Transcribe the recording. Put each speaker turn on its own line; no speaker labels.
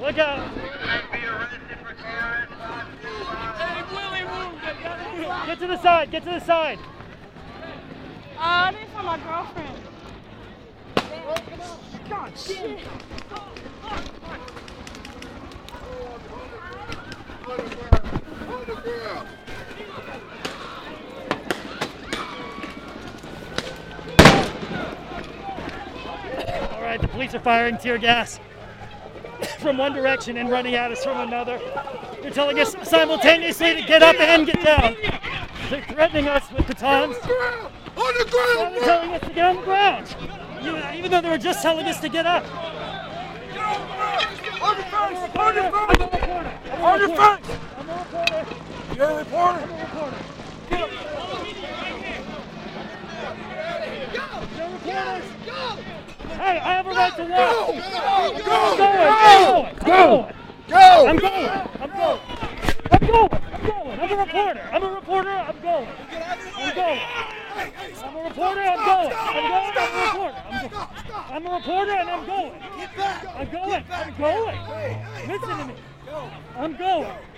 Look out. Get to the side. Get to the side.
Uh, this is my girlfriend. God, shit.
All right, the police are firing tear gas from one direction and running at us from another. They're telling us simultaneously to get up and get down. They're threatening us with batons.
On the ground,
They're telling us to get on the ground, You- even though they were just telling us to get up.
on the fence, on
I'm a
the fence.
reporter.
On your front.
I'm a reporter.
You're a reporter.
I'm a reporter. You're reporters. Hey, I have a right to
Go,
walk.
go,
I'm going. I'm going. I'm
go,
going. I'm going. I'm going. I'm going. I'm a reporter. I'm a reporter. I'm going. I'm going. I'm a reporter. I'm going. I'm going. I'm a reporter. I'm going. I'm a reporter and I'm going. I'm going. I'm going. Listen to me. I'm going.